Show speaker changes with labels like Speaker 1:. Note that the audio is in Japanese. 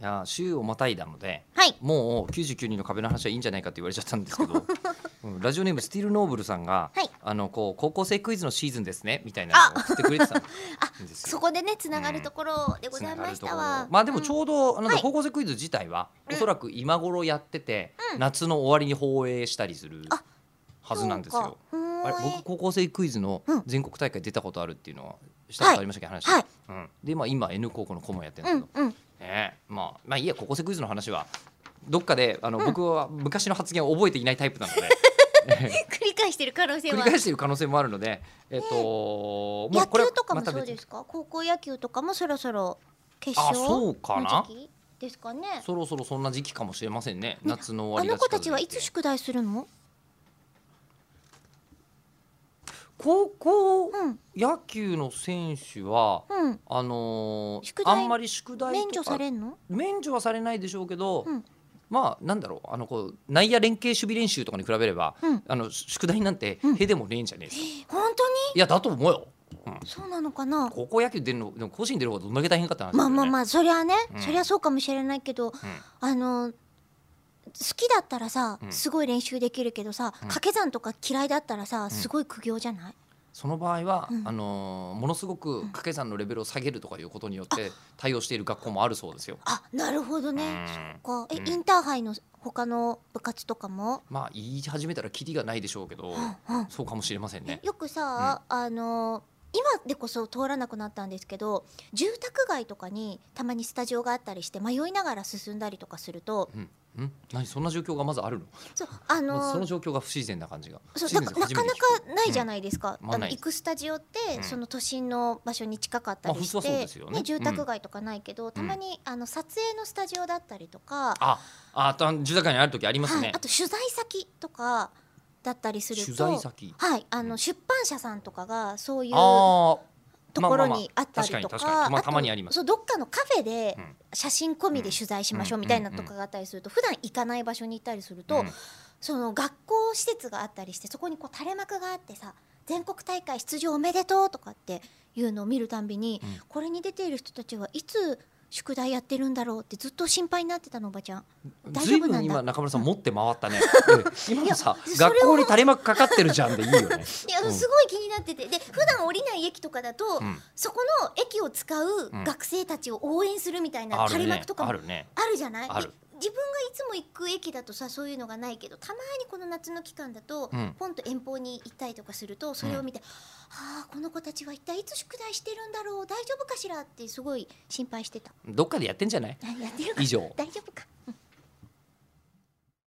Speaker 1: いや週をまたいだので
Speaker 2: はい
Speaker 1: もう99人の壁の話はいいんじゃないかって言われちゃったんですけ どうんラジオネームスティールノーブルさんが、
Speaker 2: はい
Speaker 1: あのこう高校生クイズのシーズンですねみたいなのを送ってくれてたんです
Speaker 2: そ
Speaker 1: よ。
Speaker 2: こでねつながるところでございましたわ、
Speaker 1: まあでもち
Speaker 2: うん
Speaker 1: ょうど、なん
Speaker 2: は
Speaker 1: か
Speaker 2: い
Speaker 1: 高校生クイズ自体は、
Speaker 2: うん
Speaker 1: おそらく今頃やってて、
Speaker 2: うん
Speaker 1: 夏の終わりに放映したりする
Speaker 2: あ
Speaker 1: はずなんですよ。
Speaker 2: そう
Speaker 1: あ
Speaker 2: か
Speaker 1: れ
Speaker 2: ふーん
Speaker 1: 僕高校生クイズの
Speaker 2: うん
Speaker 1: 全国大会出たことあるっていうのはしたことありましたっけ、話、
Speaker 2: はい
Speaker 1: うん、で、まあ、今 N 高校の顧問やってるんだ
Speaker 2: う
Speaker 1: けど
Speaker 2: ん、うん
Speaker 1: ねえまあ、まあいいや高校生クイズの話はどっかであの、
Speaker 2: うん
Speaker 1: 僕は昔の発言を覚えていないタイプな ので
Speaker 2: 繰り返してる可能性
Speaker 1: 繰り
Speaker 2: は
Speaker 1: 返している可能性もあるので、えっと
Speaker 2: 野
Speaker 1: は
Speaker 2: 球とかも
Speaker 1: また
Speaker 2: そう
Speaker 1: 別
Speaker 2: ですか高校野球とかもそろそろ決
Speaker 1: あ
Speaker 2: 勝
Speaker 1: そうかな
Speaker 2: の時期ですかね
Speaker 1: そろそろそんな時期かもしれませんね夏の終わ
Speaker 2: あ
Speaker 1: りが
Speaker 2: の
Speaker 1: 近づ
Speaker 2: 子
Speaker 1: いて
Speaker 2: たちはいつ宿題するの
Speaker 1: 高校
Speaker 2: うん
Speaker 1: 野球の選手は
Speaker 2: うん
Speaker 1: あのー
Speaker 2: 宿
Speaker 1: あ
Speaker 2: 題
Speaker 1: んまり宿題とか
Speaker 2: 免除されんの
Speaker 1: 免除はされないでしょうけど、
Speaker 2: うん
Speaker 1: まあなんだろうあのこう内野連携守備練習とかに比べれば、
Speaker 2: うん
Speaker 1: あの宿題なんて
Speaker 2: うん
Speaker 1: へでもねえんじゃねえですか、
Speaker 2: 本当に
Speaker 1: いやだと思うよ
Speaker 2: そうなのかな
Speaker 1: 高校野球出るのでも甲子園出る方がどんだけ大変かって話だ
Speaker 2: ま
Speaker 1: よ
Speaker 2: あ
Speaker 1: ね
Speaker 2: まあまあそりゃね、
Speaker 1: うん
Speaker 2: そりゃそうかもしれないけど、あの好きだったらさ、
Speaker 1: うん
Speaker 2: すごい練習できるけどさ、掛け算とか嫌いだったらさすごい苦行じゃない、
Speaker 1: その場合は、
Speaker 2: うん
Speaker 1: あのーものすごく掛け算のレベルを下げるとかいうことによって対応している学校もあるそうですよ。
Speaker 2: あなるほどね、
Speaker 1: うん
Speaker 2: そっかえ、
Speaker 1: うん
Speaker 2: インターハイの他の部活とかも、
Speaker 1: まあ言い始めたらキリがないでしょうけど、
Speaker 2: うん
Speaker 1: そうかもしれませんね。
Speaker 2: よくさ、あの今でこそ通らなくなったんですけど住宅街とかにたまにスタジオがあったりして迷いながら進んだりとかすると
Speaker 1: うん、うん、何そんな状況がまずあるの？
Speaker 2: そうあ
Speaker 1: まずその
Speaker 2: の
Speaker 1: 状況が不自然な感じが。
Speaker 2: そう
Speaker 1: 不
Speaker 2: な
Speaker 1: 自然
Speaker 2: んか
Speaker 1: です
Speaker 2: なかなかないじゃないですか、
Speaker 1: うんまあ
Speaker 2: あの
Speaker 1: ない
Speaker 2: 行くスタジオって、
Speaker 1: うん
Speaker 2: その都心の場所に近かったりして、
Speaker 1: まあ普通はそうですよね
Speaker 2: 住宅街とかないけど、たまにあの撮影のスタジオだったりとか、
Speaker 1: あ、あ、た住宅街にある時あります
Speaker 2: は
Speaker 1: ね
Speaker 2: い、あ。と取材先とかだったりすると
Speaker 1: 取材先。
Speaker 2: はい、あ
Speaker 1: う
Speaker 2: の
Speaker 1: ん
Speaker 2: 出版社さんとかがそういう
Speaker 1: あ
Speaker 2: ところ
Speaker 1: まあ
Speaker 2: にあ
Speaker 1: まあまあ
Speaker 2: ったり
Speaker 1: 確
Speaker 2: と
Speaker 1: かに確か
Speaker 2: か
Speaker 1: にまあ
Speaker 2: と
Speaker 1: たまにあります
Speaker 2: そうどっかのカフェで
Speaker 1: うん
Speaker 2: 写真込みで取材しましょうみたいなとかがあったりすると普段行かない場所に行ったりする
Speaker 1: あ、
Speaker 2: と、
Speaker 1: うん
Speaker 2: その学校施設があったりしてそこにこう垂れ幕があってさ全国大会出場おめでとうとかっていうのを見るたんびに、
Speaker 1: うん
Speaker 2: これに出ている人たちはいつ宿題やってるんだろうってずっと心配になってたのおばちゃん。大
Speaker 1: ず
Speaker 2: 丈
Speaker 1: い
Speaker 2: 夫
Speaker 1: ぶ
Speaker 2: なんん
Speaker 1: 今
Speaker 2: だ
Speaker 1: 中村さん持って回 ったね。うん今のさ
Speaker 2: いやそれを
Speaker 1: 学校に垂れ幕かかってるじゃんでいいよね。
Speaker 2: いや
Speaker 1: うん
Speaker 2: すごい気になっててで普段降りない駅とかだと、
Speaker 1: うん
Speaker 2: そこの駅を使う学生たちを応援するみたいな
Speaker 1: ある
Speaker 2: 垂れ
Speaker 1: ね
Speaker 2: 幕と。かも
Speaker 1: あるね。
Speaker 2: あるじゃない
Speaker 1: ある
Speaker 2: で自分がいつも行く駅だとさそういうのがないけどたまにこの夏の期間だと、
Speaker 1: うん
Speaker 2: ポンと遠方に行ったりとかするとそれを見て、ああこの子たちは一体いつ宿題してるんだろう大丈夫かしらってすごい心配してた
Speaker 1: どっかでやってんじゃない？
Speaker 2: 何やってるか。
Speaker 1: 以上
Speaker 2: 大丈夫か